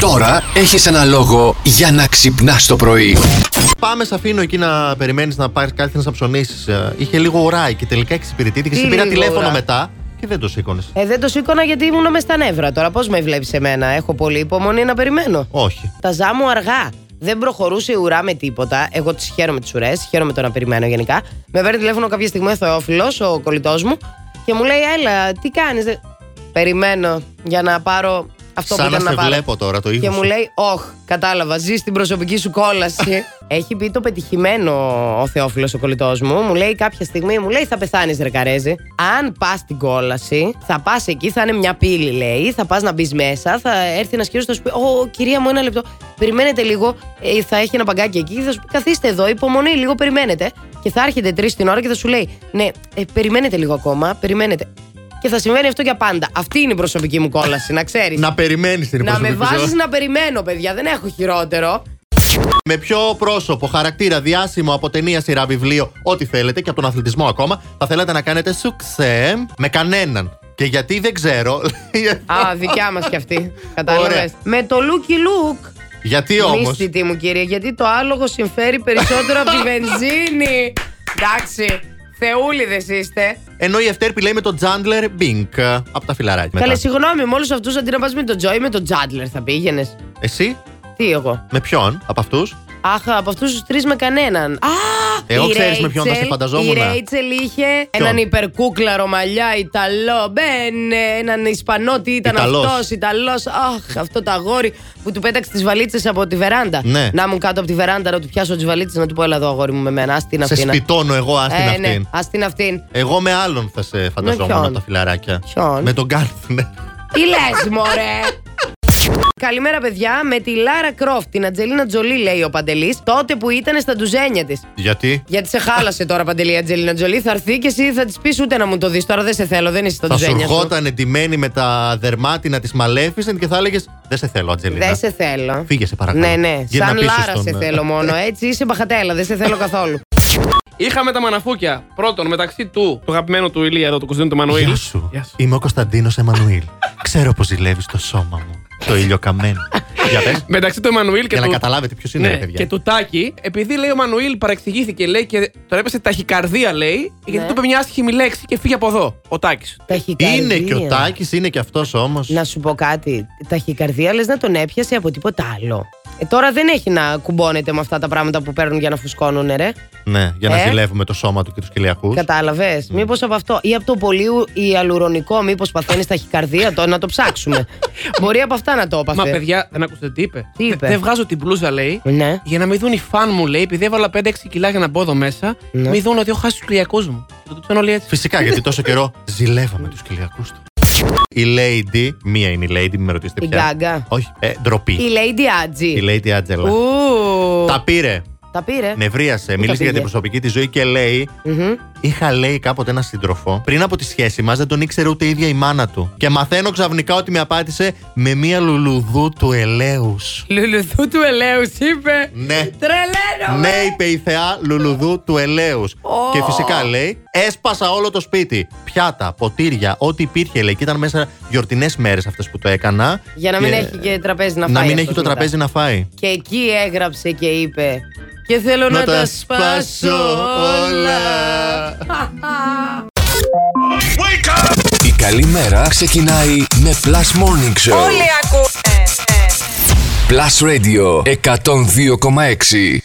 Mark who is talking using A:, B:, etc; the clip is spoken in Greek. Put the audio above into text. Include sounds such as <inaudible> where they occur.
A: Τώρα έχεις ένα λόγο για να ξυπνάς το πρωί.
B: Πάμε, σε αφήνω εκεί να περιμένεις να πάρεις κάτι να ψωνίσεις. Είχε λίγο ουράει και τελικά εξυπηρετήθηκε.
C: Τι
B: Σε πήρα
C: λίγο
B: τηλέφωνο
C: ώρα?
B: μετά και δεν το σήκωνες.
C: Ε, δεν το σήκωνα γιατί ήμουν μες στα νεύρα τώρα. Πώς με βλέπεις εμένα, Έχω πολύ υπομονή να περιμένω.
B: Όχι.
C: Τα ζάμω αργά. Δεν προχωρούσε η ουρά με τίποτα. Εγώ τις χαίρομαι τις ουρές, χαίρομαι το να περιμένω γενικά. Με παίρνει τηλέφωνο κάποια στιγμή ο Θεόφιλος, ο κολλητός μου, και μου λέει: Έλα, τι κάνεις. Περιμένω για να πάρω αυτό
B: Σαν
C: που
B: να
C: ήταν να
B: σε
C: πάρω.
B: βλέπω τώρα το
C: Και
B: ήχο.
C: μου
B: σου.
C: λέει, Ωχ, κατάλαβα, ζεις την προσωπική σου κόλαση. Έχει πει το πετυχημένο ο Θεόφιλος ο κολλητός μου. Μου λέει κάποια στιγμή, μου λέει, Θα πεθάνεις, ρε Καρέζη. Αν πας στην κόλαση, θα πας εκεί, θα είναι μια πύλη, λέει. Θα πας να μπεις μέσα, θα έρθει ένας κύριος, θα σου πει, Ω, κυρία μου, ένα λεπτό. Περιμένετε λίγο, ε, θα έχει ένα παγκάκι εκεί. Θα σου πει, Καθίστε εδώ, υπομονή, λίγο περιμένετε. Και θα έρχεται τρεις την ώρα και θα σου λέει, Ναι, ε, περιμένετε λίγο ακόμα, περιμένετε. Και θα συμβαίνει αυτό για πάντα. Αυτή είναι η προσωπική μου κόλαση, να ξέρεις.
B: Να περιμένεις την
C: Να με
B: υποσχετική Λοιπόν, σου.
C: βάζεις να περιμένω, παιδιά. Δεν έχω χειρότερο.
B: Με ποιο πρόσωπο, χαρακτήρα, διάσημο από ταινία, σειρά, βιβλίο, ό,τι θέλετε και από τον αθλητισμό ακόμα, θα θέλατε να κάνετε σουξέ με κανέναν. Και γιατί δεν ξέρω. <laughs>
C: Α, δικιά μας κι αυτή.
B: Ωραία.
C: Κατάλαβες. Με το looky look.
B: γιατί όμως.
C: Μίστητη μου, κύριε, γιατί το άλογο συμφέρει περισσότερο από τη βενζίνη. Εντάξει. Θεούλιδες είστε.
B: Ενώ η Ευτέρπη λέει με τον Τζάντλερ Μπίνκ από τα φιλαράκια.
C: Καλέ,
B: μετά.
C: συγγνώμη, με όλους αυτούς αντί να πας με τον Τζόι, με τον Τζάντλερ θα πήγαινες.
B: Εσύ,
C: Τι εγώ.
B: με ποιον από αυτούς.
C: Αχ, από αυτούς τους τρεις με κανέναν. Α!
B: Εγώ
C: η
B: ξέρεις με ποιον θα σε
C: Ρέιτσελ-
B: φανταζόμουν.
C: Η Ρέιτσελ είχε έναν υπερκούκλαρο μαλλιά Ιταλό. Μπαίνε, έναν Ισπανό. Τι ήταν
B: Ιταλός.
C: αυτός, Ιταλός. Αχ, αυτό το αγόρι που του πέταξε τις βαλίτσες από τη βεράντα.
B: Ναι.
C: Να μου κάτω από τη βεράντα να του πιάσω τις βαλίτσες να του πω, Ελά εδώ, αγόρι μου με μένα. Α την
B: Σε
C: αυτήν.
B: σπιτώνω εγώ, α την
C: Ε, ναι,
B: αυτήν.
C: α την αυτήν.
B: Εγώ με άλλον θα σε
C: Με
B: φανταζόμουν
C: ποιον?
B: τα φιλαράκια.
C: Ποιον?
B: Με τον ναι. Γκάρθνερ.
C: Τι
B: <laughs>
C: λες, μωρέ! Καλημέρα, παιδιά. Με τη Λάρα Κρόφ, την Ατζελίνα Τζολί, λέει ο Παντελής, τότε που ήταν στα ντουζένια της.
B: Γιατί
C: Γιατί σε χάλασε τώρα παντελή η Ατζελίνα Τζολί. Θα έρθει και εσύ θα της πεις ούτε να μου το δεις. Τώρα δεν σε θέλω, δεν είσαι στον
B: θα σου
C: τζένια σου.
B: ερχόταν εντυμένη με τα δερμάτινα τη Μαλέφισεν και θα έλεγες Δεν σε θέλω, Ατζελίνα.
C: Δεν σε θέλω.
B: Φύγε, σε παρακαλώ.
C: Ναι, ναι.
B: Για να
C: Σαν
B: πείσεις
C: Λάρα
B: τον,
C: σε
B: ε,
C: θέλω μόνο. Έτσι είσαι μπαχατέλα, δεν σε θέλω
B: <laughs>
C: καθόλου.
D: Είχαμε τα μαναφούκια. Πρώτον, μεταξύ του, του αγαπημένου του Ηλία εδώ, του κουζίνου του Μανουήλ.
B: Γεια σου. Είμαι ο Κωνσταντίνος Εμμανουήλ. Ξέρω πως ζηλεύεις το σώμα μου. Το ήλιο καμένο.
C: <laughs>
B: Για πες.
D: Μεταξύ του Εμμανουήλ και
B: Για να
D: του.
B: καταλάβετε ποιος είναι,
D: Ναι,
B: ρε παιδιά.
D: και του Τάκη, επειδή λέει ο Μανουήλ παρεξηγήθηκε, λέει και τον έπεσε ταχυκαρδία, λέει, γιατί
C: Ναι.
D: του είπε μια άσχημη λέξη και φύγε από εδώ. Ο Τάκης.
C: Ταχυκαρδία.
B: Είναι και ο Τάκης, είναι και αυτός όμως.
C: Να σου πω κάτι. Ταχυκαρδία λες να τον έπιασε από τίποτα άλλο. Ε, τώρα δεν έχει να κουμπώνεται με αυτά τα πράγματα που παίρνουν για να φουσκώνουν, ρε.
B: Ναι, για να
C: Ε.
B: ζηλεύουμε το σώμα του και τους κοιλιακού.
C: Κατάλαβε.
B: Ναι.
C: Μήπως από αυτό. Ή από το πολύ ου- ιαλουρονικό, μήπως παθαίνεις ταχυκαρδία, το να το
B: <laughs>
C: ψάξουμε. Μπορεί από αυτά να το έπαθε.
D: Μα
B: ε.
D: παιδιά, δεν ακούσατε τι είπε.
C: Τι είπε?
D: «Δε- Δεν βγάζω την πλούζα, λέει,
C: Ναι.
D: για να μην δουν οι φαν μου, λέει, επειδή έβαλα 5-6 κιλά για να μπω εδώ μέσα,
C: Ναι.
D: μην δουν ότι έχω χάσει τους κλιακού μου. Το τους όλοι έτσι.
B: Φυσικά, γιατί τόσο καιρό ζηλεύαμε τους κοιλιακού τους. Η Lady, μία είναι η Lady, μην με ρωτήσετε
C: Η
B: ποια.
C: Γκάγκα.
B: Όχι, ε, ντροπή.
C: Η Lady Άτζη.
B: Η Lady Angela.
C: Ου.
B: Τα πήρε.
C: Τα Ναι. πήρε.
B: Νευρίασε. Μίλησε για
C: πήγε.
B: την προσωπική της ζωή και λέει:
C: Μμμ.
B: Είχα λέει κάποτε ένα σύντροφο. Πριν από τη σχέση μας δεν τον ήξερε ούτε η ίδια η μάνα του. Και μαθαίνω ξαφνικά ότι με απάτησε με μία λουλουδού του ελέους.
C: Λουλουδού του ελέους είπε.
B: Ναι.
C: Τρελαίνω!
B: Ναι, είπε η θεά λουλουδού του ελέους.
C: Ω.
B: Και φυσικά λέει: Έσπασα όλο το σπίτι. Πιάτα, ποτήρια, ό,τι υπήρχε λέει. Και ήταν μέσα γιορτινές μέρες αυτές που το έκανα.
C: Για να μην έχει και τραπέζι να φάει.
B: Να μην
C: αυτός
B: έχει το
C: μετά.
B: τραπέζι να φάει.
C: Και εκεί έγραψε και είπε. Και θέλω να,
B: Να
C: τα σπάσω όλα.
A: Η καλή μέρα ξεκινάει με Plus Morning Show.
E: Όλοι ακούνε.
A: Plus Radio 102,6.